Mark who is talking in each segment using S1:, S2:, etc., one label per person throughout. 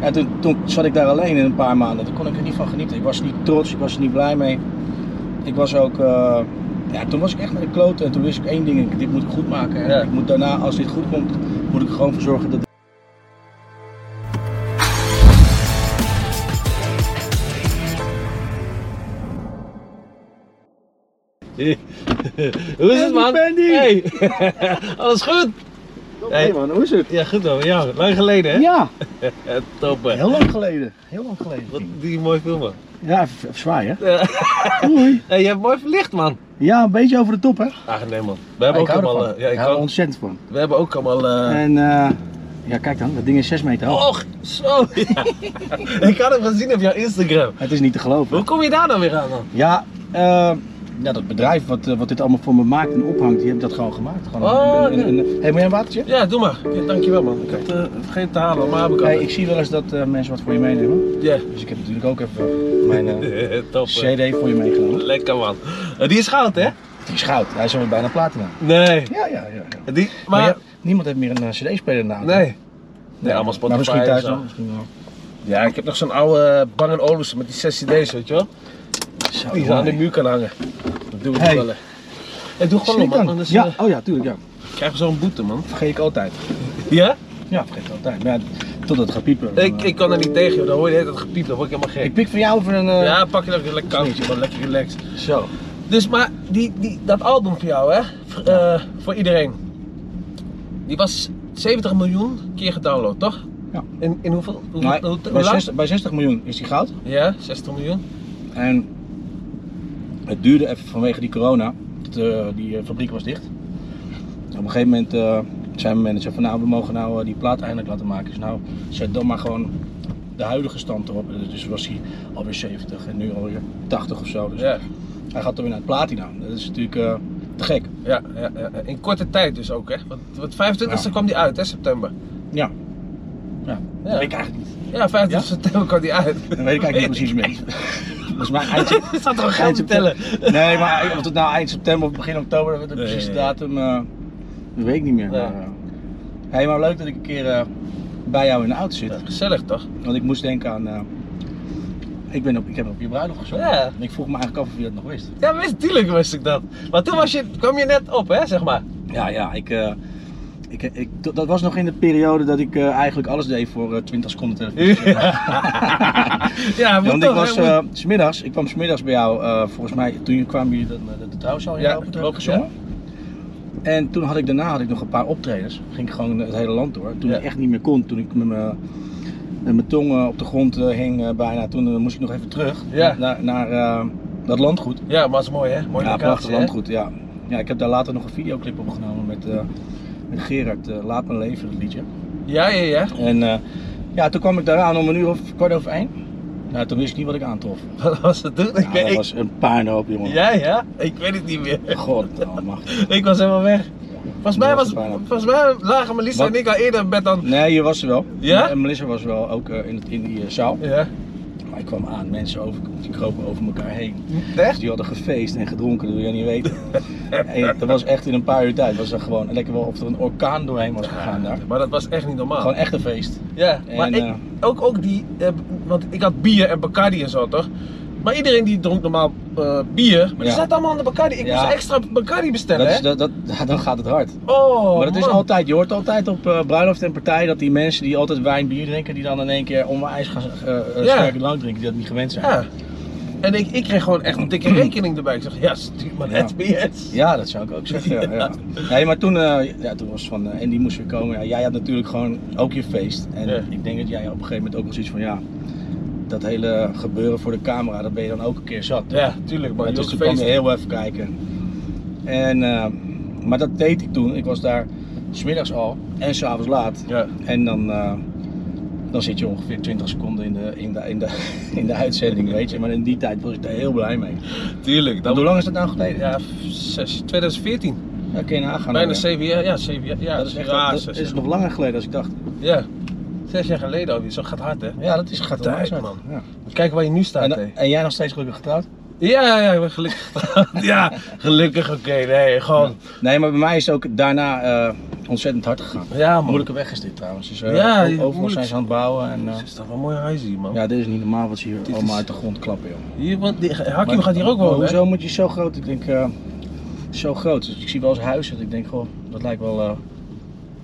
S1: En toen, toen zat ik daar alleen in een paar maanden. Toen kon ik er niet van genieten. Ik was niet trots, ik was er niet blij mee. Ik was ook. eh, ja, toen was ik echt naar de klote. En toen wist ik één ding: ik- dit moet ik goed maken. En
S2: Ja.
S1: ik moet daarna, als dit goed komt, moet ik er gewoon voor zorgen dat.
S2: Hoe is het, man?
S1: Andy, Andy!
S2: Hey, alles goed? Hey.
S1: man, hoe is het?
S2: Ja, goed hoor. Ja, lang geleden, hè?
S1: Ja,
S2: Ja, top, hè.
S1: heel lang geleden. Heel lang geleden.
S2: Wat die mooi filmen.
S1: Ja, even, even zwaaien.
S2: Ja.
S1: Oei.
S2: Hey, je hebt mooi verlicht, man.
S1: Ja, een beetje over de top, hè?
S2: Aangenaam, man. We hebben ook
S1: hou
S2: allemaal...
S1: ervan.
S2: eh, Ja, ik
S1: hou er
S2: ook.
S1: ontzettend van.
S2: We hebben ook allemaal... eh,
S1: En eh, ja, kijk dan, dat ding is 6 meter hoog.
S2: Och, zo. Ja. ik had hem gezien op jouw Instagram.
S1: Het is niet te geloven.
S2: Hoe kom je daar dan weer aan, man?
S1: Ja, eh, ja dat bedrijf wat, eh, wat dit allemaal voor me maakt en ophangt, die hebben dat gewoon gemaakt. Gewoon
S2: Oh,
S1: een, een- een- een- hey, moet jij een watertje?
S2: Ja, doe maar. Ja, dankjewel, man. Ik heb het eh, vergeten te halen, maar heb ik al.
S1: Hey, ik zie wel eens dat eh, mensen wat voor je meenemen.
S2: Ja.
S1: Dus ik heb natuurlijk ook even mijn eh,
S2: Top, hè.
S1: CD voor je meegenomen.
S2: Lekker, man. Eh, Die is goud, hè?
S1: Die is goud, hij is alweer bijna platina.
S2: Nee.
S1: Ja, ja, ja. ja. Maar,
S2: Die,
S1: ja,
S2: maar...
S1: niemand heeft meer een eh, CD-speler naam.
S2: Nee. Nee, allemaal
S1: Maar
S2: Spotify
S1: misschien
S2: en
S1: thuis
S2: zo.
S1: dan. Misschien wel.
S2: Ja, ik heb nog zo'n oude eh, Bang Olufsen met die 6 CD's, weet je wel?
S1: Zo,
S2: Die ze aan de
S1: jongen.
S2: muur kan hangen. Dat doen we
S1: Hey.
S2: wel. hè. Hey, doe
S1: Zie
S2: gewoon op,
S1: ik
S2: man.
S1: dan?
S2: Anders eh,
S1: Ja, oh ja, tuurlijk, ja.
S2: krijgen we zo'n boete, man.
S1: Vergeet ik altijd.
S2: Ja?
S1: Ja, vergeet ik altijd. Maar ja, totdat het gaat piepen. dan,
S2: Ik,
S1: eh,
S2: ik kan er niet tegen, joh. Dan hoor je de hele tijd gepiep, dan word ik helemaal
S1: ik
S2: gek.
S1: pik van jou voor een... eh,
S2: Ja, pak je dat lekker koud, man. Lekker relaxed.
S1: Zo.
S2: Dus, maar die, die, dat album voor jou, hè? V- eh, voor iedereen. Die was 70 miljoen keer gedownload, toch?
S1: Ja.
S2: In, in hoeveel? hoeveel
S1: Nee,
S2: hoe, hoe
S1: bij,
S2: lang?
S1: 60, bij 60 miljoen is die goud.
S2: Ja, 60 miljoen.
S1: En het duurde even vanwege die corona. Dat, eh, die eh, fabriek was dicht. Op een gegeven moment eh zei mijn manager van nou, we mogen nou eh, die plaat eindelijk laten maken. Dus nou, zet dan maar gewoon de huidige stand erop. Dus was hij alweer 70 en nu alweer 80 of zo. Dus
S2: Ja,
S1: hij gaat dan weer naar het platina. Dat is natuurlijk eh, te gek.
S2: ja, ja, ja. In korte tijd dus ook, hè? Want, want 25 e
S1: Ja.
S2: kwam die uit, hè? September.
S1: Ja. Ja,
S2: Ja.
S1: dat weet ik eigenlijk niet.
S2: Ja, 25
S1: Ja?
S2: september kwam die uit.
S1: Dat weet ik eigenlijk niet precies meer. Volgens mij eind,
S2: Er staat toch geld te tellen?
S1: Nee, maar of het nou eind september of begin oktober, de
S2: Nee.
S1: precieze datum, eh, dat weet ik niet meer.
S2: Nee.
S1: Maar, eh, hey, maar leuk dat ik een keer eh, bij jou in de auto zit.
S2: Gezellig, toch?
S1: Want ik moest denken aan. eh, ik, ben op, ik heb op je bruiloft gezongen.
S2: Ja.
S1: En ik vroeg me eigenlijk af of je dat nog wist.
S2: Ja, wist, tuurlijk wist ik dat. Maar toen was je, kwam je net op, hè? Zeg maar.
S1: Ja, ja, ik. eh, ik, ik, dat was nog in de periode dat ik eh, eigenlijk alles deed voor eh, 20 seconden televisie.
S2: ja, moet
S1: Want ik
S2: toch, hè,
S1: was
S2: moet-
S1: eh, 's middags, ik kwam smiddags bij jou, eh, volgens mij, toen je- kwamen jullie dan, eh, de, de trouwzaal in
S2: Ja,
S1: lopen, toen heb ik
S2: klopt,
S1: gezongen. En toen had ik daarna had ik nog een paar optredens, ging ik gewoon het hele land door. Toen
S2: Ja.
S1: ik echt niet meer kon, toen ik met mijn met mijn tong eh, op de grond eh, hing eh, bijna, toen eh, moest ik nog even terug
S2: Ja.
S1: naar, naar eh, dat landgoed.
S2: Ja, maar het is mooi, hè? Mooi
S1: ja,
S2: locatie,
S1: prachtig
S2: hè?
S1: landgoed, ja. Ja, ik heb daar later nog een videoclip opgenomen met, eh, met Gerard, eh, Laat me leven, dat liedje.
S2: Ja, ja, ja.
S1: En eh, ja, toen kwam ik daaraan om een uur of kwart over één. Nou, toen wist ik niet wat ik aantrof.
S2: Wat was het toen?
S1: Ja,
S2: ik weet,
S1: dat
S2: ik,
S1: was een puinhoop, jongen.
S2: ja, ja. Ik weet het niet meer.
S1: God, oh, mag.
S2: Ik was helemaal weg. Volgens mij,
S1: Dat
S2: was,
S1: was bijna.
S2: volgens mij lagen Melissa
S1: Wat?
S2: en ik al eerder in bed dan...
S1: Nee, je was er wel.
S2: Ja?
S1: En Melissa was wel ook eh, in, het, in die eh, zaal.
S2: Ja.
S1: Maar ik kwam aan, mensen over, die kropen over elkaar heen. Dus
S2: Echt?
S1: die hadden gefeest en gedronken, dat wil je niet weten. en dat was echt in een paar uur tijd. Was er gewoon lekker wel of er een orkaan doorheen was gegaan daar.
S2: Maar dat was echt niet normaal.
S1: Gewoon echt een feest.
S2: Ja, maar
S1: En,
S2: ik,
S1: eh,
S2: ook, ook die... eh, want ik had bier en Bacardi en zo, toch? Maar iedereen die dronk normaal eh, bier, maar die
S1: Ja.
S2: zaten allemaal aan de Bacardi. Ik
S1: Ja.
S2: moest extra Bacardi bestellen,
S1: Dat is,
S2: hè?
S1: dat, dat, dan gaat het hard.
S2: Oh,
S1: maar dat is
S2: man.
S1: altijd, je hoort altijd op eh bruiloft en partijen dat die mensen die altijd wijn, bier drinken, die dan in één keer onwijs gaan eh, eh,
S2: Ja.
S1: sterke drank drinken, die dat niet gewend zijn.
S2: Ja. En ik, ik kreeg gewoon echt een dikke rekening erbij. Ik zeg, ja, stuur maar
S1: Ja.
S2: net SBS.
S1: Ja, dat zou ik ook zeggen. Ja, ja. Nee, maar toen, eh, ja, toen was van, eh, en die moest weer komen. Ja, jij had natuurlijk gewoon ook je feest. En
S2: Ja.
S1: ik denk dat jij op een gegeven moment ook nog zoiets van, ja, dat hele gebeuren voor de camera, dat ben je dan ook een keer zat.
S2: Ja, tuurlijk man.
S1: maar
S2: Je
S1: dus
S2: was
S1: toen kwam je
S2: feest.
S1: heel even kijken. En, eh, maar dat deed ik toen. Ik was daar smiddags al en s'avonds laat.
S2: Ja.
S1: En dan, eh, dan zit je ongeveer 20 seconden in de, in de, in de, in de uitzending, weet je. Maar in die tijd was ik daar heel blij mee.
S2: Tuurlijk.
S1: Want hoe lang is dat nou geleden?
S2: Ja, f- zes- 2014.
S1: Ja, kun je nagaan.
S2: Bijna
S1: Ah, Ja.
S2: zeven jaar. Ja, zeven jaar. Ja,
S1: dat is echt
S2: raar,
S1: dat
S2: zes
S1: is
S2: jaar.
S1: nog langer geleden als ik dacht.
S2: Ja. Zes jaar geleden alweer. Zo gaat hard, hè?
S1: Ja, dat is gaat
S2: Tijd,
S1: wel
S2: man.
S1: Ja.
S2: Kijk waar je nu staat, hè?
S1: En, en jij nog steeds gelukkig getrouwd?
S2: Ja, ja, ja, ik ben gelukkig. ja, gelukkig, oké. nee, gewoon.
S1: Nee, maar bij mij is het ook daarna eh, ontzettend hard gegaan.
S2: Ja, man.
S1: Moeilijke weg is dit trouwens. Dus, eh,
S2: Ja,
S1: overal
S2: moeilijk.
S1: zijn ze aan het bouwen. En, eh,
S2: Het is toch wel een mooi huis hier, man.
S1: ja, dit is niet normaal wat ze hier
S2: Dit
S1: allemaal
S2: is-
S1: uit de grond klappen, joh.
S2: Hier, want die, Hakim
S1: Maar-
S2: gaat hier ook
S1: maar
S2: wonen. hè?
S1: Hoezo moet je zo groot? Ik denk, eh, zo groot. Dus ik zie wel eens huizen dat ik denk, goh, dat lijkt wel... eh,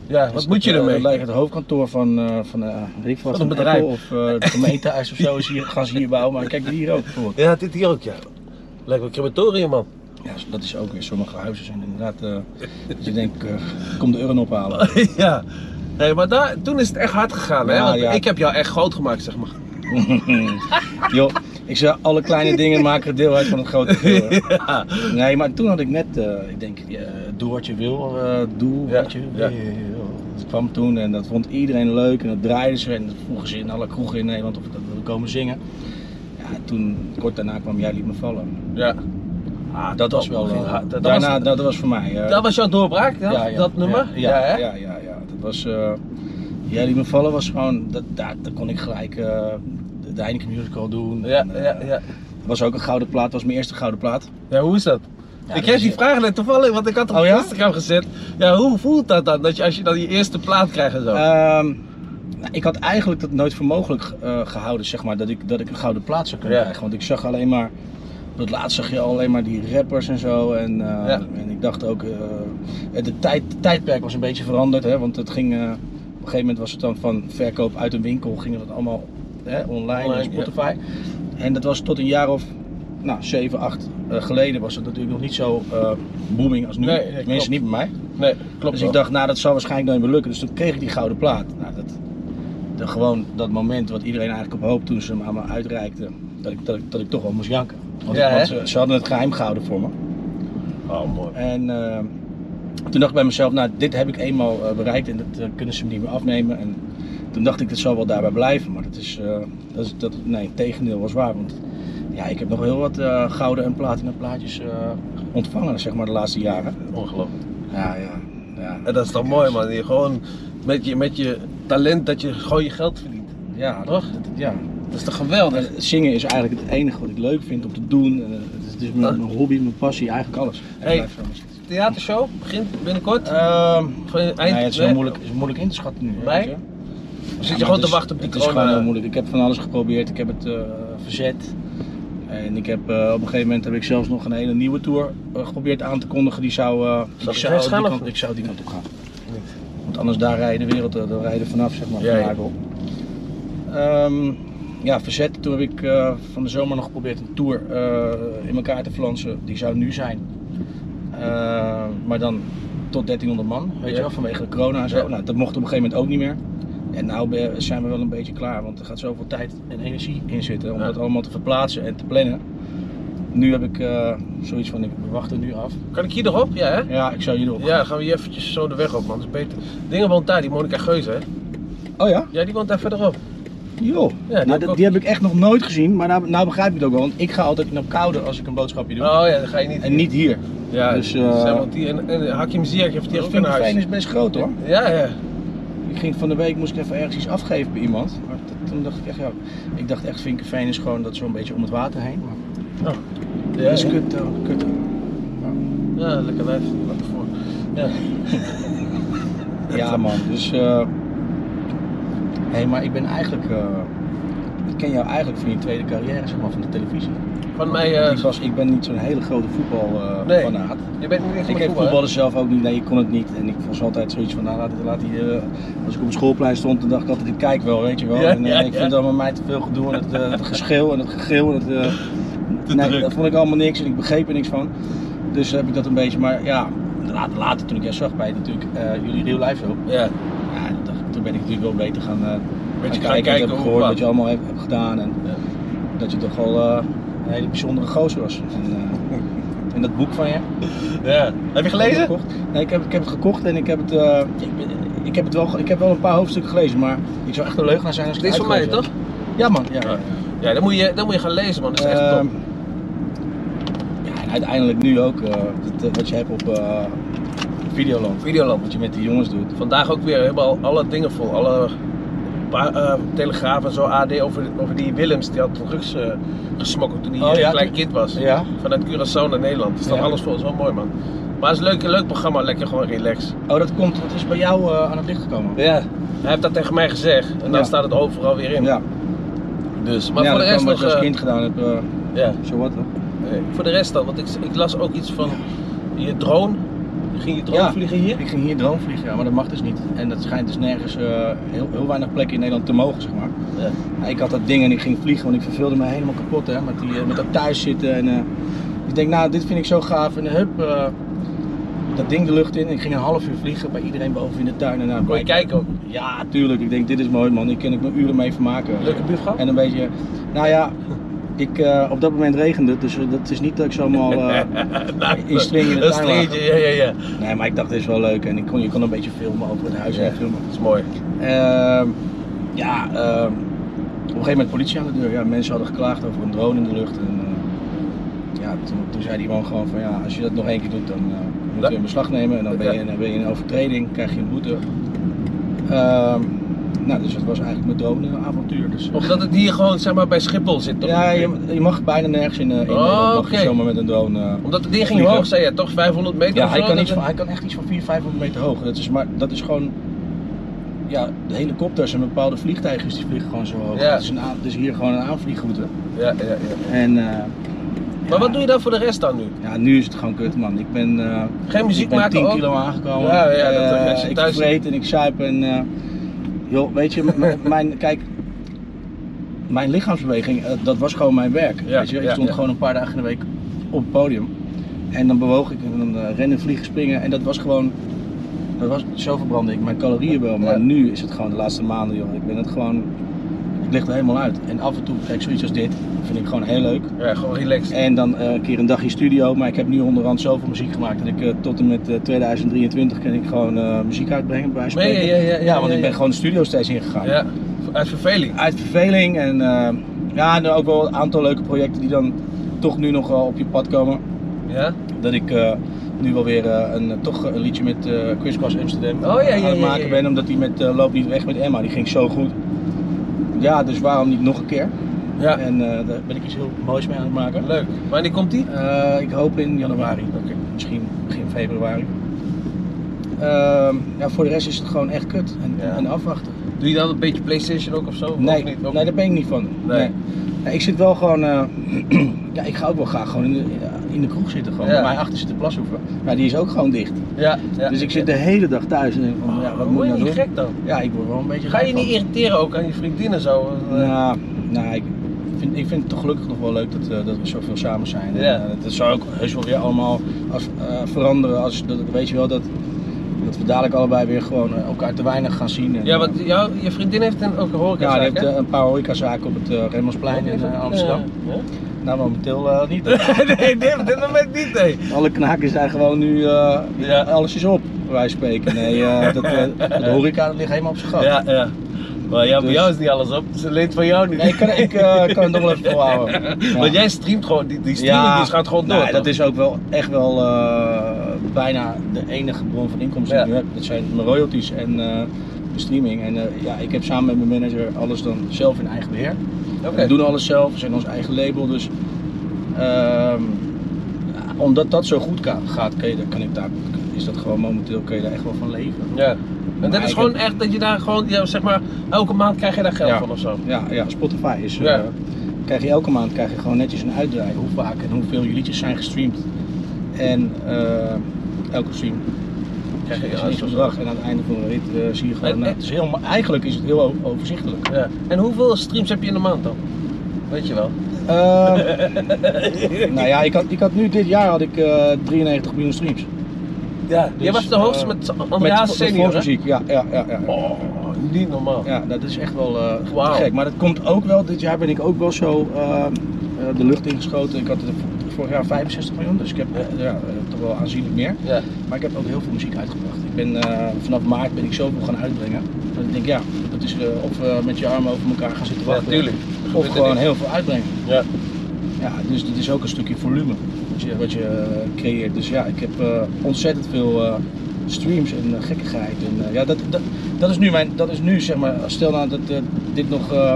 S2: Ja, wat
S1: dat-
S2: moet je
S1: eh,
S2: ermee?
S1: Dat lijkt het hoofdkantoor van, eh van eh, weet ik veel wat,
S2: Van een
S1: van
S2: bedrijf.
S1: Apple of eh, het gemeentehuis of zo is hier, gaan ze hier bouwen. Maar kijk hier ook bijvoorbeeld.
S2: Ja, dit hier ook, ja. Lijkt wel een crematorium, man.
S1: Ja, dat is ook weer. Sommige huizen zijn inderdaad. eh, dat je denkt, eh, kom de urn ophalen.
S2: ja. Nee, maar daar, toen is het echt hard gegaan, hè?
S1: Ja,
S2: Want
S1: ja.
S2: ik heb jou echt groot gemaakt, zeg maar.
S1: Joh, ik zei, alle kleine dingen maken deel uit van het grote geheel. hè.
S2: ja.
S1: Nee, maar toen had ik net, eh, ik denk, eh, doe wat je wil, eh, doe
S2: Ja,
S1: wat je
S2: ja.
S1: wil. Dat kwam toen en dat vond iedereen leuk en dat draaiden ze en dat vroegen ze in alle kroegen in Nederland of ik dat wilde komen zingen. Ja, toen, kort daarna kwam jij liet me vallen.
S2: ja.
S1: Ah, dat was wel,
S2: ging
S1: eh,
S2: hard. Dat
S1: daarna,
S2: was-
S1: dat was voor mij. eh,
S2: Dat was jouw doorbraak, dat, dat nummer?
S1: Ja,
S2: hè?
S1: ja, ja, ja, ja. Dat was. eh ja, die me vallen was gewoon. Dat, daar, daar kon ik gelijk eh, de de Heineken Musical doen.
S2: Ja,
S1: En, eh,
S2: ja, ja.
S1: Was ook een gouden plaat, was mijn eerste gouden plaat.
S2: Ja, hoe is dat?
S1: Ja,
S2: ik
S1: dat
S2: kreeg
S1: is-
S2: die vraag net toevallig, want ik had het
S1: Oh
S2: op
S1: ja?
S2: Instagram gezet. Ja, hoe voelt dat dan, dat je, als je dan je eerste plaat krijgt en zo?
S1: Ehm, ik had eigenlijk dat nooit voor mogelijk eh, gehouden, zeg maar, dat ik, dat ik een gouden plaat zou kunnen
S2: Ja.
S1: krijgen. Want ik zag alleen maar, op het laatst zag je alleen maar die rappers en zo. En, eh,
S2: Ja.
S1: en ik dacht ook, eh, het de tijd, het tijdperk was een beetje veranderd, hè, want het ging, eh, op een gegeven moment was het dan van verkoop uit een winkel, ging dat allemaal hè, online,
S2: Online,
S1: en Spotify. En dat was tot een jaar of, nou, 7, 8 geleden was het natuurlijk nog niet zo eh, booming als nu.
S2: Nee, nee,
S1: Tenminste,
S2: klopt.
S1: niet bij mij.
S2: nee, klopt
S1: Dus
S2: wel.
S1: ik dacht, nou dat zal waarschijnlijk nooit meer lukken. Dus toen kreeg ik die gouden plaat. Nou, dat, de, gewoon dat moment wat iedereen eigenlijk op hoop toen ze hem aan me uitreikte, dat ik, dat ik, dat ik toch wel moest janken. Want,
S2: Ja,
S1: want ze,
S2: hè?
S1: ze hadden het geheim gehouden voor me.
S2: Oh, mooi.
S1: En eh, toen dacht ik bij mezelf, nou dit heb ik eenmaal eh, bereikt en dat eh, kunnen ze me niet meer afnemen. En toen dacht ik, dat zal wel daarbij blijven. Maar dat is, eh, dat is dat, nee, het tegendeel was waar. Want ja, ik heb nog heel wat eh, gouden en platina plaatjes eh, ontvangen, zeg maar, de laatste jaren.
S2: Ongelooflijk.
S1: Ja, ja. ja.
S2: En dat is toch mooi, man. Je, gewoon met je, met je talent dat je gewoon je geld verdient.
S1: Ja,
S2: Toch?
S1: dat- ja.
S2: Dat is toch geweldig?
S1: Eh, Zingen is eigenlijk het enige wat ik leuk vind om te doen. En, eh, Het is, het is mijn, mijn hobby, mijn passie, eigenlijk alles.
S2: Hey.
S1: Ik blijf zo maar zitten.
S2: Theatershow begint binnenkort.
S1: Ehm,
S2: Van eh, eind,
S1: nee, het is heel
S2: nee?
S1: moeilijk, het is moeilijk in te schatten nu.
S2: Mei?
S1: weet je.
S2: Zit
S1: Ja,
S2: je
S1: maar
S2: gewoon
S1: het
S2: te
S1: is-
S2: wachten op die
S1: Het is gewoon
S2: corona?
S1: heel moeilijk. Ik heb van alles geprobeerd. Ik heb het eh, verzet. En ik heb, eh, op een gegeven moment heb ik zelfs nog een hele nieuwe tour eh, geprobeerd aan te kondigen. Die zou, eh,
S2: Zou
S1: die
S2: die rechts gaan,
S1: die
S2: of
S1: kant, ik zou die kant op gaan.
S2: Niet.
S1: Want anders daar rijden de wereld eh, daar rijden vanaf, zeg maar,
S2: Ja,
S1: van
S2: ja.
S1: Nagel. Ehm, ja, verzet. Toen heb ik eh, van de zomer nog geprobeerd een tour eh, in elkaar te flansen. Die zou nu zijn. Eh, maar dan tot 1300 man, weet
S2: Ja.
S1: je wel, vanwege de corona en zo.
S2: Ja.
S1: Nou, dat mocht op een gegeven moment ook niet meer. En nou be- zijn we wel een beetje klaar, want er gaat zoveel tijd en energie in zitten om
S2: Ja.
S1: dat allemaal te verplaatsen en te plannen. Nu heb ik eh, zoiets van, ik wacht er nu af.
S2: Kan ik hier nog op? Ja, hè?
S1: Ja, ik zou hier op.
S2: Ja, dan gaan we hier eventjes zo de weg op, man. Dat is beter. Dingen woont daar, die Monica Geuze, hè?
S1: Oh ja?
S2: Ja, die woont daar verderop.
S1: Joh.
S2: Ja, die
S1: nou,
S2: heb ik
S1: dat-
S2: ook
S1: die heb ik echt nog nooit gezien, maar nou, nou begrijp ik het ook wel. Want ik ga altijd naar koude als ik een boodschapje doe.
S2: Oh ja, dan ga je niet.
S1: En niet hier.
S2: Ja,
S1: dus,
S2: dus,
S1: eh,
S2: die, en, en Hakim Ziyech heeft hier
S1: Dat
S2: ook een
S1: Vinkenveen
S2: huis.
S1: is best groot hoor.
S2: Ja, ja.
S1: Ik ging van de week moest ik even ergens iets afgeven bij iemand. Maar t- toen dacht ik echt, ja, ik dacht echt Vinkenveen is gewoon dat zo'n beetje om het water heen. Maar
S2: Ja,
S1: dat is kut, eh, kut.
S2: ja lekker wijf. Wat ervoor. Ja.
S1: Ja man, dus... eh hey, maar ik ben eigenlijk... eh, ik ken jou eigenlijk van je tweede carrière, zeg maar, van de televisie.
S2: Van mij, eh,
S1: Want ik, was, ik ben niet zo'n hele grote voetbalfanaat.
S2: Nee. je bent niet echt van
S1: Ik
S2: de
S1: heb
S2: voetbal, hè?
S1: voetballen zelf ook niet, nee, ik kon het niet. En ik was altijd zoiets van, nou laat, laat die, eh, als ik op het schoolplein stond, dan dacht ik altijd, ik kijk wel, weet je wel.
S2: Ja,
S1: en eh,
S2: ja,
S1: ik
S2: ja.
S1: vind het allemaal mij te veel gedoe en het, eh, het geschil en het gegil. En het, eh,
S2: Te
S1: nee,
S2: druk.
S1: dat vond ik allemaal niks en ik begreep er niks van. Dus heb ik dat een beetje, maar ja, later, later toen ik jou zag bij natuurlijk eh, jullie Real Life Show,
S2: Ja.
S1: ja, toen dacht ik- toen ben ik natuurlijk wel beter gaan, eh
S2: Beetje
S1: gaan
S2: gaan
S1: kijken, wat
S2: kijken
S1: heb
S2: hoe
S1: gehoord,
S2: wat.
S1: wat je allemaal hebt, hebt gedaan. En
S2: Ja.
S1: dat je toch wel eh, een hele bijzondere gozer was. En, eh, en dat boek van je.
S2: ja. Heb je gelezen?
S1: Gekocht. Nee, ik heb, ik heb het gekocht en ik heb het, eh, ik, ben- ik heb het wel, ge- ik heb wel een paar hoofdstukken gelezen, maar ik zou echt een leugenaar zijn als ik
S2: Dit is
S1: het
S2: van mij, toch?
S1: uitgelezen heb. Ja man, ja. ja.
S2: Ja, dan moet je, dan moet je gaan lezen, man. Dat is echt
S1: Ehm,
S2: top.
S1: ja, en uiteindelijk nu ook, eh, dat, eh, wat je hebt op eh, Videoland,
S2: Videoland.
S1: wat je met die jongens doet.
S2: Vandaag ook weer helemaal alle dingen vol. Alle pa- eh, Telegraaf en zo, AD, over, over die Willems. Die had drugs eh, gesmokkeld toen hij
S1: Oh,
S2: eh,
S1: ja,
S2: een klein
S1: toen-
S2: kind was.
S1: Ja.
S2: Vanuit Curaçao naar Nederland. Dus dat
S1: Ja.
S2: alles voor ons wel mooi, man. Maar het is een leuk, leuk programma, lekker gewoon relax.
S1: Oh, dat komt, dat is bij jou eh, aan het licht gekomen.
S2: Ja. Hij heeft dat tegen mij gezegd en dan
S1: Ja.
S2: staat het overal weer in.
S1: Ja,
S2: Dus, maar
S1: ja
S2: voor de
S1: dat
S2: rest
S1: kwam wat
S2: nog...
S1: je als
S2: eh,
S1: kind gedaan hebt, eh,
S2: ja.
S1: zo wat. hè.
S2: Nee, Voor de rest dan, want ik, ik las ook iets van je drone. Ging je drone
S1: Ja.
S2: vliegen hier?
S1: Ik ging hier drone vliegen, ja, maar dat mag dus niet. En dat schijnt dus nergens, eh, heel, heel weinig plekken in Nederland te mogen, zeg maar.
S2: Ja.
S1: Nou, ik had dat ding en ik ging vliegen, want ik verveelde me helemaal kapot hè, met, die, eh, met dat thuis zitten. En, eh, ik denk, nou, dit vind ik zo gaaf. En hup, eh, dat ding de lucht in. Ik ging een half uur vliegen bij iedereen boven in de tuin. En, nou,
S2: Kon je
S1: kijk-
S2: kijken ook?
S1: Ja, tuurlijk. Ik denk, dit is mooi man, hier kan ik me uren mee vermaken.
S2: Leuke buurvrouw?
S1: En een beetje, nou ja, ik, eh, op dat moment regende het, dus eh, dat is niet dat ik zo allemaal... eh,
S2: Nou,
S1: in string in de
S2: Een
S1: tuin
S2: stringetje, ja, ja, ja.
S1: nee, maar ik dacht, dit is wel leuk. En ik kon, je kon een beetje filmen, ook met huis en filmen.
S2: Dat is mooi.
S1: Ehm, ja, ehm, op een gegeven moment politie aan de deur. Ja, mensen hadden geklaagd over een drone in de lucht. En, eh, ja, toen, toen zei die man gewoon van ja, als je dat nog één keer doet, dan eh, moeten we in beslag nemen. En dan ben je, dan ben je in overtreding, krijg je een boete. Ehm, nou, dus dat was eigenlijk mijn drone-avontuur. Dus,
S2: Omdat het hier gewoon zeg maar bij Schiphol zit. toch?
S1: ja, je, je mag bijna nergens in, eh, in
S2: Oh,
S1: Nederland mag je
S2: oké.
S1: zomaar met een drone. eh,
S2: Omdat het ding ging
S1: Vliegen.
S2: hoog, zei je toch? 500 meter
S1: ja,
S2: of
S1: hij
S2: zo?
S1: kan,
S2: Dat-
S1: iets van, hij kan echt iets van 400, 500 meter hoog. Dat is, maar, dat is gewoon. Ja, de helikopters en bepaalde vliegtuigjes die vliegen gewoon zo hoog.
S2: Ja.
S1: Het, is een aan- het is hier gewoon een aanvliegroute.
S2: Ja, ja, ja.
S1: En, eh, ja,
S2: Maar wat doe je dan voor de rest dan nu?
S1: Ja, nu is het gewoon kut, man. Ik ben, eh,
S2: Geen muziek
S1: ik ben
S2: maken
S1: 10
S2: ook?
S1: kilo aangekomen.
S2: Ja, ja, dat-
S1: Eh,
S2: als je
S1: ik
S2: thuis-
S1: vreet en ik zuip en. eh, joh, weet je, m- mijn. Kijk. Mijn lichaamsbeweging, eh, dat was gewoon mijn werk.
S2: Ja,
S1: weet je? Ik
S2: ja,
S1: stond
S2: ja.
S1: gewoon een paar dagen in de week op het podium. En dan bewoog ik en dan eh, rennen, vliegen, springen. En dat was gewoon. Dat was, zo verbrandde ik mijn calorieën wel. Maar
S2: Ja.
S1: nu is het gewoon de laatste maanden, joh. Ik ben het gewoon. Het ligt er helemaal uit. En af en toe, kijk, zoiets als dit vind ik gewoon heel leuk.
S2: Ja, gewoon relaxed.
S1: En dan eh, een keer een dagje studio. Maar ik heb nu onderhand zoveel muziek gemaakt dat ik eh, tot en met eh, 2023 kan ik gewoon eh, muziek uitbrengen bij wijze van
S2: Nee,
S1: spreken.
S2: ja, ja, ja,
S1: want
S2: ja,
S1: ik ben
S2: ja.
S1: gewoon de studio steeds ingegaan.
S2: Ja, uit verveling.
S1: Uit verveling en eh, ja, en ook wel een aantal leuke projecten die dan toch nu nog wel op je pad komen.
S2: Ja?
S1: Dat ik eh, nu wel weer eh, een, toch een liedje met eh Chris Cross Amsterdam
S2: Oh, ja, ja,
S1: aan
S2: ja,
S1: het
S2: ja,
S1: maken
S2: ja.
S1: ben. Omdat die met eh, Loop Niet Weg met Emma, die ging zo goed. Ja, dus waarom niet nog een keer?
S2: Ja.
S1: En eh, daar ben ik iets heel moois mee aan het maken.
S2: Leuk. Wanneer komt die?
S1: Eh, ik hoop in januari, misschien begin februari. Ehm, ja, voor de rest is het gewoon echt kut en,
S2: Ja.
S1: en afwachten.
S2: Doe je dan een beetje Playstation ook of zo? Of
S1: Nee,
S2: niet? Ook
S1: nee, daar ben ik niet van.
S2: Nee.
S1: Ja, ik zit wel gewoon, eh, ja, ik ga ook wel graag gewoon in de, ja, in de kroeg zitten. Gewoon.
S2: Ja.
S1: Bij mij achter zit de plashoeven, maar die is ook gewoon dicht.
S2: Ja, ja. Oh,
S1: dus ik zit de hele dag thuis en denk van, ja, wat moet ik nou
S2: je
S1: doen?
S2: gek dan?
S1: Ja, ik word wel een beetje
S2: Ga
S1: gek
S2: je
S1: van.
S2: niet irriteren ook aan je vriendinnen zo? eh.
S1: Nou, nou ik, vind, ik vind het toch gelukkig nog wel leuk dat, eh, dat we zoveel samen zijn.
S2: Ja.
S1: En, eh, dat zou ook heus wel weer allemaal als, eh, veranderen. Als, dat, weet je wel dat, dat we dadelijk allebei weer gewoon eh, elkaar te weinig gaan zien. En,
S2: Ja, want
S1: eh,
S2: jouw, je vriendin heeft een, ook een
S1: ja, die
S2: horecazaak,
S1: heeft
S2: hè?
S1: eh, een paar horecazaken op het eh Remmelsplein in eh, Amsterdam. Nou, momenteel eh, niet. hè.
S2: Ja. nee, dit, op dit moment niet, nee.
S1: Alle knaken zijn gewoon nu, eh,
S2: Ja.
S1: alles is op, bij wijze van spreken. Nee, eh, dat, eh, de horeca dat ligt helemaal op zijn gat.
S2: Ja, ja. Maar ja, bij
S1: Oh. Dus-
S2: jou is niet alles op. Ze leent van jou niet.
S1: Nee, ik kan, ik, eh, kan het nog wel even volhouden. Ja.
S2: Want jij streamt gewoon, die, die streaming die gaat gewoon door.
S1: nou, dat
S2: toch?
S1: is ook wel echt wel eh, bijna de enige bron van inkomsten die ik
S2: Ja.
S1: nu heb. Dat zijn mijn royalties en eh, de streaming. En eh, ja, ik heb samen met mijn manager alles dan zelf in eigen beheer.
S2: Oké.
S1: We doen alles zelf, we zijn ons eigen label. Dus ehm, omdat dat zo goed ka- gaat, kan, je, kan ik daar, is dat gewoon momenteel kan je daar echt wel van leven.
S2: Ja. En dat
S1: Maar
S2: is
S1: ik
S2: gewoon echt dat je daar gewoon, ja, zeg maar, elke maand krijg je daar geld
S1: Ja.
S2: van of zo.
S1: Ja, ja Spotify is. eh,
S2: Ja.
S1: krijg je elke maand krijg je gewoon netjes een uitdraai hoe vaak en hoeveel je liedjes zijn gestreamd. En eh, elke stream
S2: Krijg je
S1: is
S2: een
S1: een
S2: bedrag.
S1: bedrag. En aan het einde van de rit eh, zie je gewoon.
S2: En-
S1: nou, het is heel, ma- eigenlijk is het heel o- overzichtelijk.
S2: Ja. En hoeveel streams heb je in de maand dan? Weet je wel.
S1: Ehm, nou ja, ik had, ik had nu dit jaar had ik eh, 93 miljoen streams.
S2: Ja.
S1: Dus,
S2: Jij was de hoogste
S1: eh,
S2: met Andreas
S1: met, met
S2: Senior, hè?
S1: volksmuziek, ja, ja, ja, ja.
S2: Oh, niet normaal.
S1: Ja, dat is echt wel eh,
S2: Wauw.
S1: te gek. Maar dat komt ook wel, dit jaar ben ik ook wel zo eh, eh, de lucht ingeschoten. Ik had er vorig jaar 65 miljoen, dus ik heb eh, ja, eh, toch wel aanzienlijk meer.
S2: Ja.
S1: Maar ik heb ook heel veel muziek uitgebracht. Ik ben, eh, vanaf maart ben ik zoveel gaan uitbrengen. Dat ik denk, ja, dat is eh, of eh, met je armen over elkaar gaan zitten
S2: Ja,
S1: wachten.
S2: tuurlijk.
S1: Of
S2: Gebeurt er
S1: gewoon
S2: niks.
S1: heel veel uitbrengen.
S2: Ja.
S1: Ja, dus dit is ook een stukje volume wat je, wat je eh, creëert. Dus ja, ik heb eh, ontzettend veel eh, streams en eh, gekkigheid. En, eh, ja, dat, dat, dat is nu mijn, dat is nu zeg maar, stel nou dat eh, dit nog, eh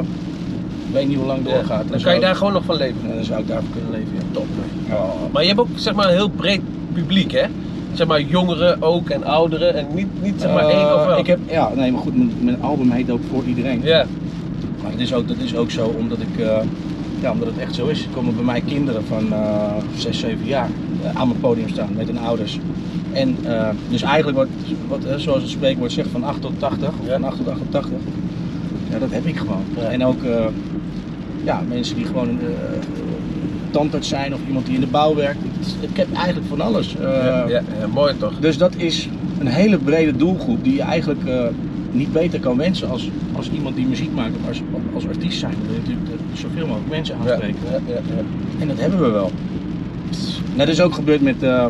S1: ik weet niet hoe lang doorgaat.
S2: Dan kan je
S1: zou
S2: daar
S1: ik-
S2: gewoon nog van leven.
S1: eh, dan zou ik daarvoor kunnen leven, ja.
S2: Top. man.
S1: Oh.
S2: Maar je hebt ook zeg maar een heel breed publiek, hè? Zeg maar jongeren ook en ouderen en niet, niet zeg maar één of
S1: Eh,
S2: wel.
S1: ik heb, ja, nee, maar goed, mijn, mijn album heet ook Voor Iedereen.
S2: Ja,
S1: Maar dat is ook, dat is ook zo omdat ik, eh, ja, omdat het echt zo is. Er komen bij mij kinderen van eh 6, 7 jaar eh, aan mijn podium staan met hun ouders. En eh, dus eigenlijk wat, wat eh, zoals het spreekwoord zegt, van 8 tot 80, of
S2: Ja.
S1: van 8 tot 88, ja, dat heb ik gewoon.
S2: Ja.
S1: En ook eh, ja, mensen die gewoon eh, tandarts zijn of iemand die in de bouw werkt. Het- Ik heb eigenlijk van alles. Eh,
S2: ja, ja, ja, mooi toch?
S1: dus dat is een hele brede doelgroep die je eigenlijk eh, niet beter kan wensen als, als iemand die muziek maakt of als, als artiest zijn. Dan wil je natuurlijk eh, zoveel mogelijk mensen
S2: Ja,
S1: aanspreken.
S2: ja, ja, ja.
S1: En dat hebben we wel. Nou, dat is ook gebeurd met, eh,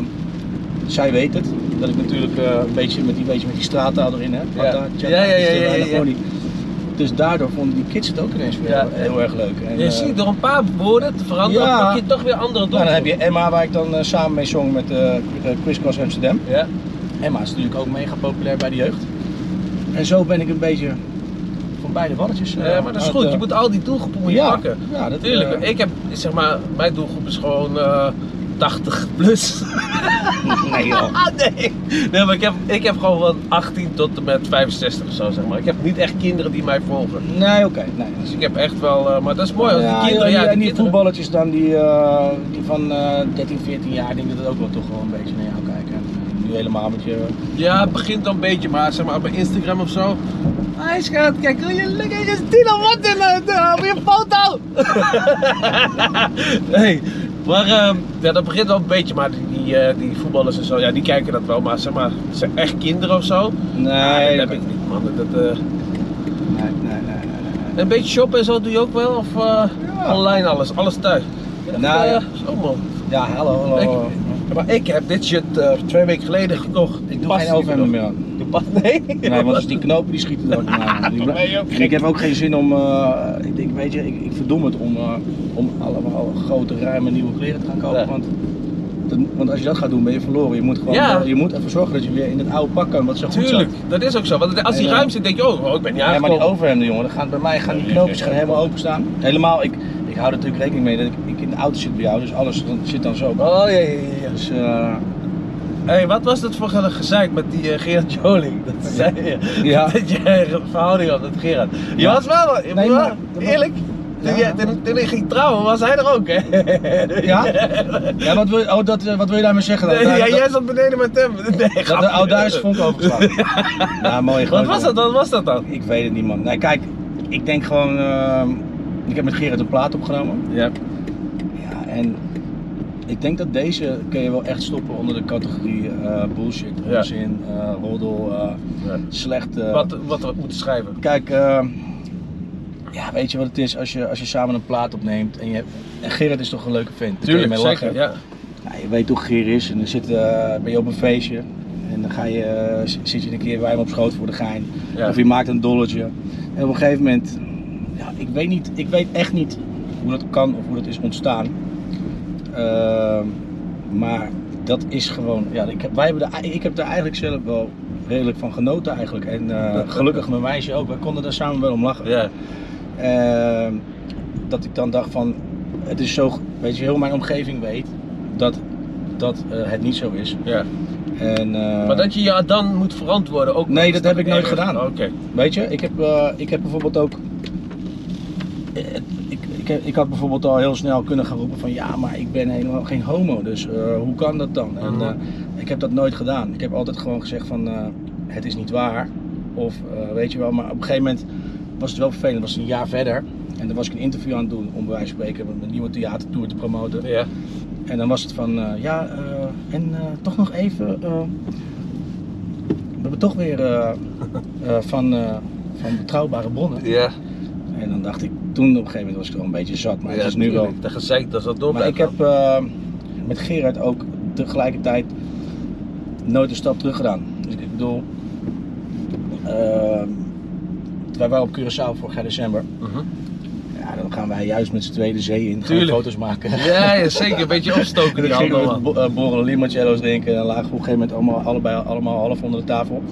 S1: zij weet het, dat ik natuurlijk eh, een, beetje met die, beetje met die straattaal erin heb.
S2: Ja. Ja, ja, ja, ja, ja, ja.
S1: Dus daardoor vonden die kids het ook ineens weer
S2: Ja.
S1: heel erg leuk. En,
S2: Je
S1: eh,
S2: ziet door een paar woorden te veranderen,
S1: Ja.
S2: pak je toch weer andere doelen.
S1: nou, dan heb je Emma, waar ik dan eh, samen mee zong met eh Chris Cross Amsterdam.
S2: Ja,
S1: Emma is natuurlijk ook mega populair bij de jeugd. En zo ben ik een beetje van beide walletjes. eh,
S2: ja, maar dat is
S1: aan
S2: goed.
S1: het,
S2: Je
S1: eh,
S2: moet al die doelgroepen moet je
S1: ja,
S2: pakken.
S1: Ja, dat,
S2: Natuurlijk.
S1: eh,
S2: ik heb, zeg maar, mijn doelgroep is gewoon eh, 80 plus.
S1: nee, joh.
S2: Ah, nee. Nee, maar ik heb, ik heb gewoon van 18 tot en met 65 of zo, zeg maar. Ik heb niet echt kinderen die mij volgen.
S1: Nee, oké. nee.
S2: Dus ik heb echt wel, eh, maar dat is mooi. Als
S1: Ja,
S2: die kinderen,
S1: en
S2: ja,
S1: die,
S2: die
S1: en die
S2: kinderen-
S1: voetballetjes dan die, eh, die van eh 13, 14 jaar, ik denk dat het ook wel toch wel een beetje naar jou kijken. En eh, Nu helemaal met je.
S2: Ja, het begint dan een beetje, maar zeg maar op mijn Instagram of zo. Hij schat, kijk, wil je lekker eens Tino wat in eh, op je foto? hey, maar ehm, ja, dat begint wel een beetje, maar die, die, eh, die voetballers en zo, ja, die kijken dat wel, maar zeg maar, zijn echt kinderen of zo?
S1: Nee,
S2: Ah, dat
S1: dat
S2: heb ik niet, man. Dat, eh,
S1: Nee, nee, nee, nee, nee.
S2: een beetje shoppen en zo doe je ook wel, of eh,
S1: Ja.
S2: online alles, alles thuis?
S1: Nou,
S2: Eh,
S1: ja.
S2: Zo man.
S1: Ja, hallo, hallo.
S2: Ik- Maar ik heb dit shit eh, twee weken geleden gekocht.
S1: Ik doe
S2: Past
S1: geen
S2: niet
S1: overhemden meer aan.
S2: meer. Past- Nee?
S1: Nee, want als die knopen die schieten er ook niet aan. Die bla-
S2: ben je ook
S1: ik heb ook geen zin om, eh, ik denk, weet je, ik, ik verdom het om, eh, om allemaal grote, ruime nieuwe kleren te gaan kopen.
S2: Ja.
S1: Want, dat- want als je dat gaat doen, ben je verloren. Je moet gewoon,
S2: Ja.
S1: wel- je moet even zorgen dat je weer in het oude pak kan, wat zo goed
S2: Tuurlijk,
S1: zat.
S2: dat is ook zo. Want als die
S1: En, eh,
S2: ruim zit, denk je, oh, ik ben niet
S1: Ja, maar
S2: aangekomen.
S1: die overhemden, jongen, dan gaan, bij mij gaan die knoopjes gaan helemaal openstaan. Helemaal, ik, ik hou er natuurlijk rekening mee dat ik, ik in de auto zit bij jou, dus alles dan- zit dan zo.
S2: Oh, ja, ja, ja.
S1: Dus, eh,
S2: Hé, hey, wat was dat voor ge- gezeik met die eh, Gerard Joling? Dat zei je.
S1: Ja.
S2: Dat jij een verhouding had met Gerard. Je
S1: Ja.
S2: was wel, ik
S1: Nee,
S2: bedoel,
S1: maar-
S2: eerlijk. Toen,
S1: Ja.
S2: jij- toen, toen ik ging trouwen, was hij er ook, hè?
S1: ja? ja wat, wil, oh, dat, eh, wat wil je daarmee zeggen dan?
S2: Nee,
S1: Daar-
S2: ja,
S1: dat-
S2: jij zat beneden met hem. Nee,
S1: Dat
S2: grapje.
S1: de oude daar is vonk overgeslagen. Ja, mooie
S2: Wat
S1: gozer.
S2: was dat, wat was dat dan?
S1: Ik weet het niet, man. Nee, kijk, ik denk gewoon. ehm, ik heb met Gerrit een plaat opgenomen.
S2: Ja.
S1: Ja, en ik denk dat deze kun je wel echt stoppen onder de categorie eh, bullshit,
S2: Ja.
S1: onzin, eh roddel, eh, slecht. eh,
S2: Wat, wat we moeten schrijven.
S1: Kijk, ehm, ja, weet je wat het is als je, als je samen een plaat opneemt en je hebt. En Gerrit is toch een leuke vent. daar kun je mee lachen.
S2: Ja.
S1: Ja, je weet hoe Geer is en dan zit, eh, ben je op een feestje en dan ga je, eh, z- zit je een keer bij hem op schoot voor de gein.
S2: Ja.
S1: Of je maakt een dolletje. En op een gegeven moment, ja, ik, weet niet, ik weet echt niet hoe dat kan of hoe dat is ontstaan. Ehm, maar dat is gewoon, ja, ik, heb, wij hebben daar- ik heb daar eigenlijk zelf wel redelijk van genoten eigenlijk. En eh, gelukkig mijn meisje ook, wij konden daar samen wel om lachen.
S2: ja.
S1: Ehm, dat ik dan dacht van, het is zo, weet je, heel mijn omgeving weet dat, dat eh, het niet zo is.
S2: ja.
S1: En, eh,
S2: Maar dat je je dan moet verantwoorden ook.
S1: Nee, dat heb ik nooit
S2: erg.
S1: gedaan.
S2: Oké.
S1: Weet je, ik heb, eh, ik heb bijvoorbeeld ook, eh, ik, ik, heb- ik had bijvoorbeeld al heel snel kunnen gaan roepen van, ja, maar ik ben helemaal geen homo, dus eh, hoe kan dat dan? En
S2: Mhm.
S1: eh, ik heb dat nooit gedaan. Ik heb altijd gewoon gezegd van, eh, het is niet waar, of eh, weet je wel, maar op een gegeven moment was het wel vervelend, was het een jaar verder. En dan was ik een interview aan het doen, om bij wijze van spreken, om een nieuwe theatertour te promoten.
S2: Ja.
S1: En dan was het van, eh, ja, eh, en eh, toch nog even. eh, we hebben toch weer eh, eh, van, eh, van betrouwbare bronnen.
S2: Ja.
S1: En dan dacht ik, toen op een gegeven moment was ik wel een beetje zat, maar het is nu wel.
S2: Dat gezeik dat dat door
S1: Maar ik
S2: blijft
S1: heb eh, met Gerard ook tegelijkertijd nooit een stap terug gedaan. Dus ik bedoel, eh, wij waren op Curaçao vorig jaar december.
S2: gaan. Mhm.
S1: Eh, Ja, dan gaan wij juist met z'n tweeën de zee in. Gaan we
S2: Tuurlijk.
S1: foto's maken.
S2: Ja, ja, zeker. Een beetje
S1: En
S2: opstoken
S1: dan
S2: die
S1: gingen we
S2: handel.
S1: bo- eh, borrelen limoncello's drinken en lagen we op een gegeven moment allemaal, allebei allemaal half onder de tafel.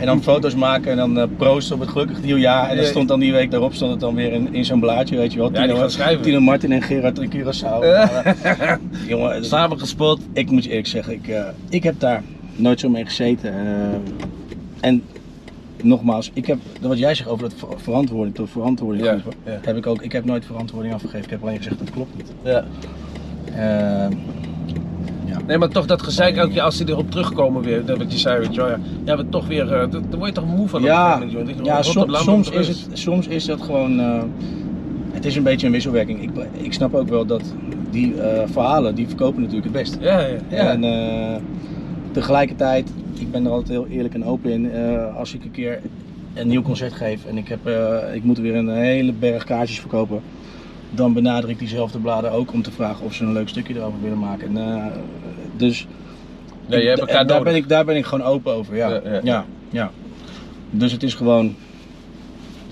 S1: En dan foto's maken en dan eh, proosten op het gelukkig nieuwjaar. En dan
S2: Ja.
S1: stond dan die week daarop stond het dan weer in, in zo'n blaadje, weet je wel.
S2: Ja, die gaan schrijven.
S1: Tino Martin en Gerard en Curaçao. Maar, eh, jongen, het-
S2: Samen gespot.
S1: ik moet je eerlijk zeggen, ik, eh, ik heb daar nooit zo mee gezeten. eh, en nogmaals, ik heb, wat jij zegt over dat ver- verantwoording tot verantwoording
S2: Ja,
S1: roepen,
S2: ja.
S1: heb ik ook. Ik heb nooit verantwoording afgegeven. Ik heb alleen gezegd dat klopt niet.
S2: Ja.
S1: Eh,
S2: Nee, maar toch dat gezeik elke keer als ze erop terugkomen weer, dat wat je zei, weet je wel, ja. Ja, we toch weer, eh, dat- daar word je toch moe van op een
S1: ja,
S2: gegeven moment, joh.
S1: ja
S2: Rot op,
S1: som-
S2: laat me
S1: soms,
S2: met rust.
S1: is het, soms is dat gewoon. eh, het is een beetje een wisselwerking. Ik, ik snap ook wel dat die eh, verhalen die verkopen natuurlijk het best.
S2: Ja, ja, ja.
S1: En eh, tegelijkertijd, ik ben er altijd heel eerlijk en open in. eh, als ik een keer een nieuw concert geef en ik, heb, eh, ik moet weer een hele berg kaartjes verkopen. Dan benader ik diezelfde bladen ook om te vragen of ze een leuk stukje erover willen maken. En, eh, dus
S2: Ja, je
S1: ik-
S2: hebt
S1: da-
S2: elkaar
S1: daar,
S2: nodig.
S1: ben ik, daar ben ik gewoon open over. Ja,
S2: Ja,
S1: ja,
S2: ja, ja.
S1: ja. Dus het is gewoon het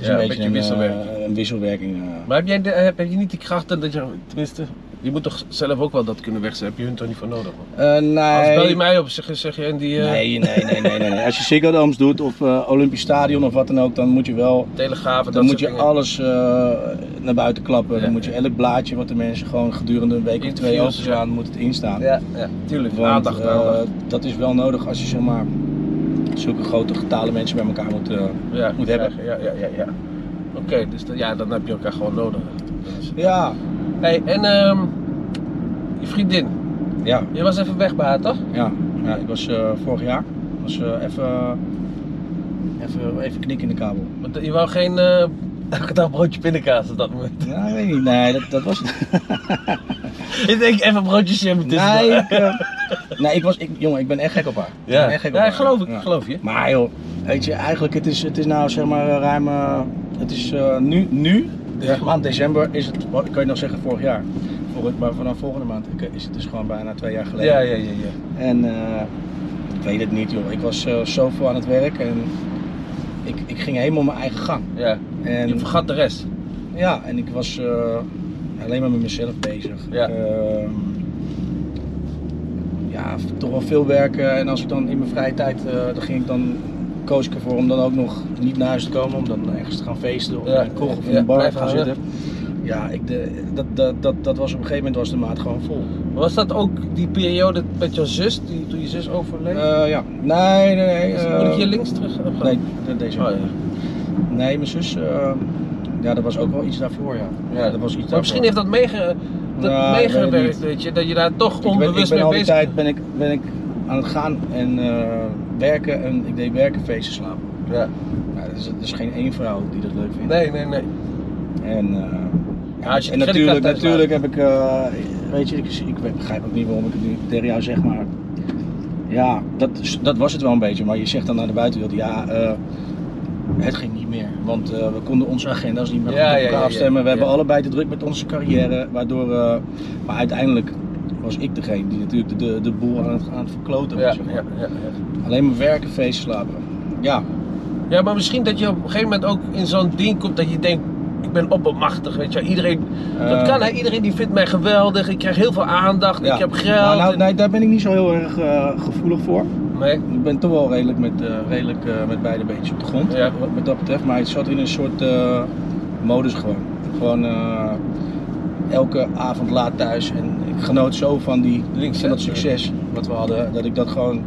S1: is
S2: Ja,
S1: een,
S2: een
S1: beetje
S2: beetje
S1: een, eh,
S2: wisselwerking.
S1: een wisselwerking. eh.
S2: Maar heb, jij de- heb, heb je niet die krachten dat je, tenminste, je moet toch zelf ook wel dat kunnen wegzetten, heb je hun toch niet voor nodig? Man.
S1: Eh,
S2: Als
S1: nee.
S2: bel je mij op, zeg, zeg je en die eh
S1: Nee, nee, nee, nee, nee, nee. Als je Ziggo Domes doet of eh, Olympisch Stadion of wat dan ook, dan moet je wel,
S2: telegrafen, dat
S1: dan moet
S2: soort
S1: je
S2: dingen.
S1: alles eh, naar buiten klappen.
S2: Ja.
S1: Dan moet je elk blaadje wat de mensen gewoon gedurende een week of twee
S2: Interviews,
S1: openstaan, moet het instaan.
S2: Ja, ja, tuurlijk.
S1: Want,
S2: aandacht,
S1: eh,
S2: aandacht.
S1: dat is wel nodig als je zeg maar zulke grote getalen mensen bij elkaar moet. eh,
S2: ja,
S1: moet hebben.
S2: krijgen, Ja, ja, ja, ja. Oké, dus dan, ja, dan heb je elkaar gewoon nodig. Dat is-
S1: ja,
S2: Hey, en ehm je vriendin,
S1: ja,
S2: je was even weg bij haar, toch?
S1: ja. ja ik was eh, vorig jaar, was eh, even, even, even knik in de kabel.
S2: Want je wou geen eh elke dag broodje pindakaas op dat moment.
S1: Ja, ik weet niet. Nee, dat, dat was het.
S2: ik denk even broodjes in mijn tussen.
S1: Nee, ik, eh, nee ik was, ik, jongen, ik ben echt gek op haar. Ik
S2: Ja,
S1: ben echt gek op
S2: ja
S1: haar.
S2: geloof ik,
S1: Ja.
S2: geloof je.
S1: Maar joh, weet je, eigenlijk, het is, het is nou zeg maar eh, ruim, eh, het is eh, nu, nu
S2: Ja.
S1: maand december is het, wat kan je nog zeggen, vorig jaar. Vorig, maar vanaf volgende maand ik- is het dus gewoon bijna twee jaar geleden.
S2: Ja, ja, ja, ja.
S1: En eh, ik weet het niet joh, ik was eh, zoveel aan het werk en ik, ik ging helemaal mijn eigen gang.
S2: ja.
S1: En,
S2: Je vergat de rest.
S1: ja, en ik was eh, alleen maar met mezelf bezig.
S2: Ja.
S1: Ik, eh, ja, toch wel veel werken. En als ik dan in mijn vrije tijd, eh dan ging ik dan koos ik ervoor om dan ook nog niet naar huis te komen, om dan ergens te gaan feesten of
S2: Ja,
S1: in een kroeg of in
S2: ja,
S1: een bar
S2: blijf
S1: te gaan
S2: hangen.
S1: zitten. Ja, ik, de, dat, dat, dat, dat was op een gegeven moment was de maat gewoon vol.
S2: Was dat ook die periode met jouw zus, die, toen je zus overleed?
S1: Eh, ja, nee, nee, nee.
S2: Is-
S1: eh,
S2: Moet ik hier links terug op gaan?
S1: Nee, de- deze.
S2: Oh, ja.
S1: Nee, mijn zus, eh, ja, dat was ook wel iets daarvoor, ja.
S2: Ja.
S1: dat was iets
S2: Maar
S1: daarvoor.
S2: misschien heeft dat, meege, dat
S1: Nou, ik weet het
S2: meegewerkt,
S1: niet.
S2: weet je, dat je daar toch
S1: Ik ben, ik
S2: onbewust
S1: ben al
S2: mee
S1: die
S2: bezig
S1: tijd ben ik, ben ik aan het gaan en eh, werken en ik deed werken, feesten, slapen.
S2: bent. Ja.
S1: Nou, er, is, er is geen één vrouw die dat leuk vindt.
S2: Nee, nee, nee.
S1: En, eh,
S2: Ja, als je
S1: en
S2: de
S1: natuurlijk,
S2: creditcard
S1: natuurlijk heb ik, eh, weet je, ik, ik begrijp ook niet waarom ik het nu tegen jou zeg, maar ja, dat, is- dat was het wel een beetje. Maar je zegt dan naar de buitenwereld, ja, eh, het ging niet meer, want eh, we konden onze agenda's niet meer
S2: Ja,
S1: goed op
S2: ja,
S1: elkaar
S2: ja, ja,
S1: afstemmen. We
S2: ja.
S1: hebben allebei te druk met onze carrière, waardoor, eh, maar uiteindelijk was ik degene die natuurlijk de, de, de boel aan het, aan het verkloten
S2: Ja,
S1: was.
S2: ja,
S1: zeg maar.
S2: ja, ja.
S1: Alleen maar werken, feesten, slapen. Ja,
S2: ja, maar misschien dat je op een gegeven moment ook in zo'n ding komt dat je denkt, ik ben oppermachtig, weet je. wel. Iedereen, dat
S1: Eh.
S2: kan hè, iedereen die vindt mij geweldig, ik krijg heel veel aandacht,
S1: ja.
S2: ik heb geld.
S1: Nou, nou,
S2: en-
S1: nee, daar ben ik niet zo heel erg eh, gevoelig voor.
S2: nee.
S1: Ik ben toch wel redelijk met, eh, redelijk, eh, met beide beentjes op de grond,
S2: Ja.
S1: wat, wat dat betreft. Maar het zat in een soort eh, modus gewoon. Gewoon eh, elke avond laat thuis. En ik genoot zo van, die,
S2: Links,
S1: van
S2: hè?
S1: dat succes wat we hadden, dat ik dat gewoon...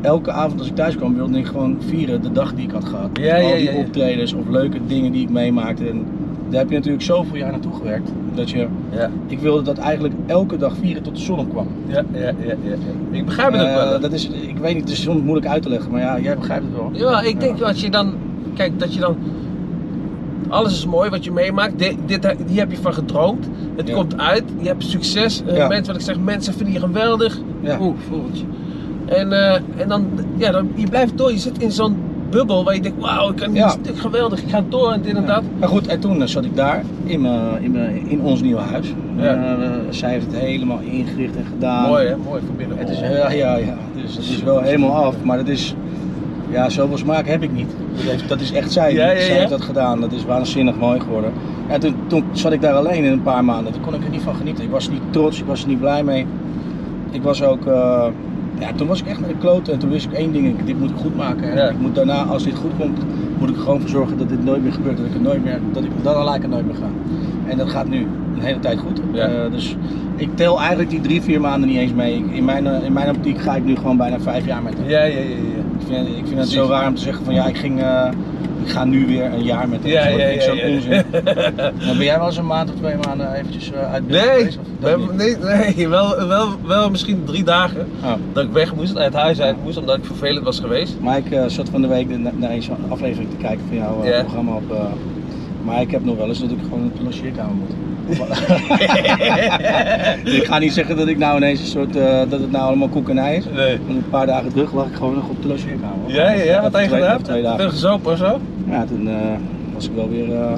S1: Elke avond als ik thuis kwam wilde ik gewoon vieren de dag die ik had gehad.
S2: Ja,
S1: Al
S2: ja,
S1: die
S2: ja, ja.
S1: optredens of leuke dingen die ik meemaakte. En daar heb je natuurlijk zoveel jaar naartoe gewerkt. Dat je,
S2: Ja,
S1: ik wilde dat eigenlijk elke dag vieren tot de zon opkwam.
S2: ja, ja, ja, ja. Ik begrijp het ook wel.
S1: Eh,
S2: hè.
S1: dat is, ik weet niet, het is soms moeilijk uit te leggen, maar ja, jij begrijpt het wel.
S2: Ja, ik denk
S1: Ja.
S2: als je dan. Kijk, dat je dan. Alles is mooi wat je meemaakt. Dit, dit, hier heb je van gedroomd. Het
S1: Ja.
S2: komt uit. Je hebt succes. Eh,
S1: Ja.
S2: mensen, wat ik zeg, mensen vinden je geweldig.
S1: Ja.
S2: Oeh, voeltje. En, eh, en dan, ja, dan, je blijft door. Je zit in zo'n bubbel waar je denkt, wauw, ik kan dit
S1: Ja.
S2: stuk geweldig. Ik ga door en dit en dat.
S1: Maar goed, en toen eh, zat ik daar in, mijn- in, mijn- in ons nieuwe huis.
S2: Ja.
S1: Eh, zij heeft het helemaal ingericht en gedaan. eh,
S2: Mooi hè, mooi van binnen.
S1: Het is, ja, ja, ja. Dus het is wel helemaal af, maar het is, Ja, zoveel smaak heb ik niet. Dat heeft- Dat is echt zij.
S2: Ja, ja,
S1: Zij
S2: ja.
S1: heeft dat gedaan. Dat is waanzinnig mooi geworden. Ja, toen, toen zat ik daar alleen in een paar maanden. Toen kon ik er niet van genieten. Ik was niet trots, ik was er niet blij mee. Ik was ook... eh, ja, toen was ik echt naar de klote. En toen wist ik één ding. ik- Dit moet ik goed maken. En
S2: Ja.
S1: ik moet daarna, als dit goed komt, moet ik er gewoon voor zorgen dat dit nooit meer gebeurt. Dat ik het nooit meer... Dat ik, dan laat ik het nooit meer gaan. En dat gaat nu een hele tijd goed.
S2: Ja.
S1: Eh, dus ik tel eigenlijk die drie, vier maanden niet eens mee. Ik- In mijn, eh, in mijn optiek ga ik nu gewoon bijna vijf jaar met hem.
S2: Ja, ja, ja, ja.
S1: Ik vind, ik vind het
S2: Precies.
S1: zo raar om te zeggen van ja, ik ging, eh, ik ga nu weer een jaar met hem.
S2: Ja,
S1: Dat
S2: ja,
S1: vind ik
S2: ja,
S1: zo'n
S2: ja.
S1: onzin. Nou, ben jij wel eens een maand of twee maanden eventjes eh, uit beeld
S2: Nee,
S1: geweest? Of dat
S2: we hebben-
S1: niet?
S2: nee, nee wel, wel, wel misschien drie dagen
S1: Oh.
S2: dat ik weg moest, uit huis uit moest, omdat ik vervelend was geweest.
S1: Maar ik eh, zat van de week na- naar eens een aflevering te kijken van jouw eh,
S2: Ja.
S1: programma op. eh, maar ik heb nog wel eens dat ik gewoon op de logeerkamer moet. ik ga niet zeggen dat ik nou ineens een soort, eh, dat het nou allemaal koek en ei is.
S2: Nee.
S1: Want een paar dagen terug lag ik gewoon nog op de logeerkamer.
S2: Ja, ja,
S1: Even
S2: ja, wat heb je
S1: twee-
S2: gedaan?
S1: even Twee dagen.
S2: Veel gezopen of zo?
S1: Ja, toen eh, was ik wel weer. eh,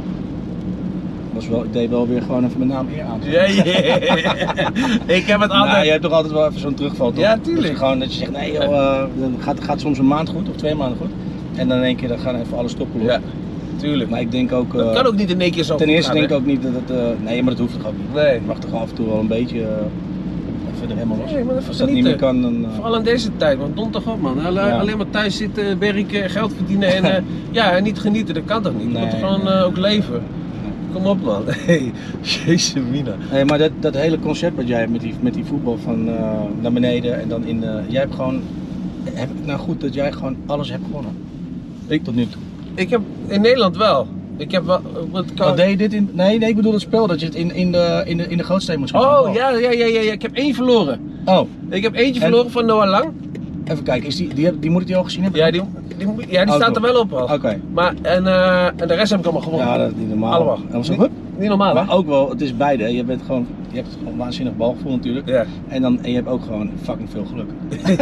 S1: was wel, ik deed wel weer gewoon even mijn naam eer aan.
S2: Ja, ja, ja. Ik heb het
S1: Nou,
S2: altijd...
S1: je hebt toch altijd wel even zo'n terugval, toch?
S2: Ja,
S1: Dat
S2: tuurlijk.
S1: je, gewoon, dat je zegt, nee joh, eh, dan gaat, gaat soms een maand goed of twee maanden goed. En dan in één keer dan gaan even alle stoppen los.
S2: Ja, tuurlijk.
S1: Maar ik denk ook... eh,
S2: Dat kan ook niet in één keer zo
S1: ten
S2: goed
S1: eerste
S2: gaan,
S1: denk ik
S2: hè?
S1: ook niet dat het... eh, nee, maar dat hoeft toch ook niet.
S2: Nee.
S1: Je mag toch af en toe wel een beetje eh, even er helemaal los.
S2: Nee, maar even
S1: Als dat niet
S2: genieten.
S1: meer kan, dan... eh,
S2: Vooral in deze tijd, want donder toch op man. Alle-
S1: Ja.
S2: Alleen maar thuis zitten, werken, geld verdienen en eh, ja, en niet genieten, dat kan toch niet? Je
S1: Nee,
S2: moet toch gewoon
S1: nee.
S2: eh, ook leven. Kom op man. Hey, jezus mina.
S1: Nee, maar dat, dat hele concept wat jij hebt met die, met die voetbal van eh, naar beneden en dan in de. Jij hebt gewoon. Heb ik nou goed dat jij gewoon alles hebt gewonnen? Ik tot nu toe.
S2: Ik heb in Nederland wel. Ik heb wel. eh, Wat kan...
S1: Wat deed je dit in. Nee, nee, ik bedoel het spel dat je het in, in, de, in, de, in de grootsteen moet spelen.
S2: Oh ja, ja, ja, ja, ja, ik heb één verloren.
S1: Oh,
S2: Ik heb eentje
S1: En-
S2: verloren van Noah Lang.
S1: even kijken. Is die, die, heb- die moet ik die al gezien hebben?
S2: Ja, die, die, moet- ja, die
S1: Oh,
S2: staat er
S1: toch.
S2: wel op al.
S1: Oké.
S2: Maar en, eh, en de rest heb ik allemaal gewonnen.
S1: Ja, dat is niet normaal.
S2: Allemaal.
S1: En was
S2: Niet-
S1: hup.
S2: Niet normaal hè?
S1: Maar ook wel, het is beide. hè. Je, bent gewoon, je hebt gewoon waanzinnig balgevoel natuurlijk.
S2: Ja.
S1: En, dan, en je hebt ook gewoon fucking veel geluk.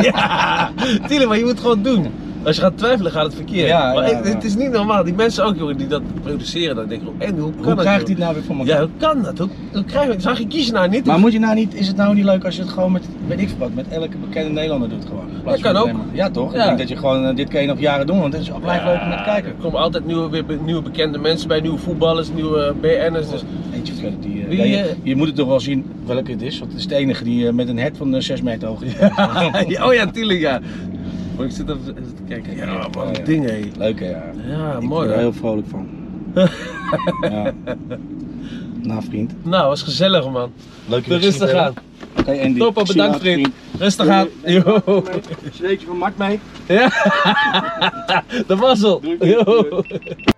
S2: ja, tuurlijk, maar je moet het gewoon doen. Als je gaat twijfelen, gaat het verkeerd.
S1: Ja,
S2: maar
S1: ja,
S2: het,
S1: ja.
S2: het is niet normaal. Die mensen ook, jongen, die dat produceren, dan denk ik, en hoe kan
S1: Hoe
S2: dat?
S1: krijgt
S2: joh?
S1: hij het nou weer voor elkaar?
S2: Ja, hoe kan dat? Hoe, hoe krijg je Zag je kiezen nou niet?
S1: Maar moet je nou niet, is het nou niet leuk als je het gewoon met, weet ik veel wat, met elke bekende Nederlander doet gewoon? In plaats
S2: Dat kan
S1: van
S2: ook.
S1: alleen maar- Ja toch? Ik
S2: Ja.
S1: denk dat je gewoon, eh, dit kan je nog jaren doen, want het is ook blijft leuk om naar te
S2: Er
S1: kijken.
S2: komen altijd nieuwe, weer be- nieuwe bekende mensen bij, nieuwe voetballers, nieuwe BN'ers. Dus
S1: Eentje verder die, eh,
S2: Wie,
S1: ja, je,
S2: eh,
S1: je moet het toch wel zien welke het is, want het is de enige die eh, met een hert van eh, 6 meter hoog is.
S2: Ja, oh ja, tuurlijk ja. Maar ik zit even even te kijken. Ja, man,
S1: Ja.
S2: ding hé.
S1: Leuk hè? Ja,
S2: Ja,
S1: ik
S2: mooi
S1: ben er
S2: hè.
S1: heel vrolijk van. ja. Nou vriend,
S2: Nou, was gezellig man.
S1: leuk je te
S2: Rustig
S1: zien.
S2: aan.
S1: Oké Andy.
S2: Toppa,
S1: Ik zie
S2: bedankt,
S1: je later,
S2: vriend. Rustig aan.
S1: Doei.
S2: Yo.
S1: Sleetje van Mart mee.
S2: Ja. De mazzel.
S1: Doei.
S2: Yo.